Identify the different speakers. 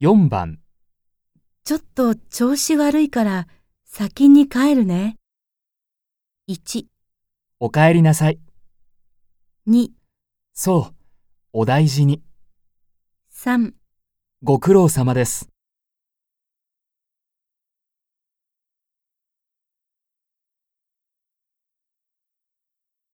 Speaker 1: 4番、
Speaker 2: ちょっと調子悪いから先に帰るね。1、
Speaker 1: お帰りなさい。
Speaker 2: 2、
Speaker 1: そう、お大事に。
Speaker 2: 3
Speaker 1: ご苦労様です。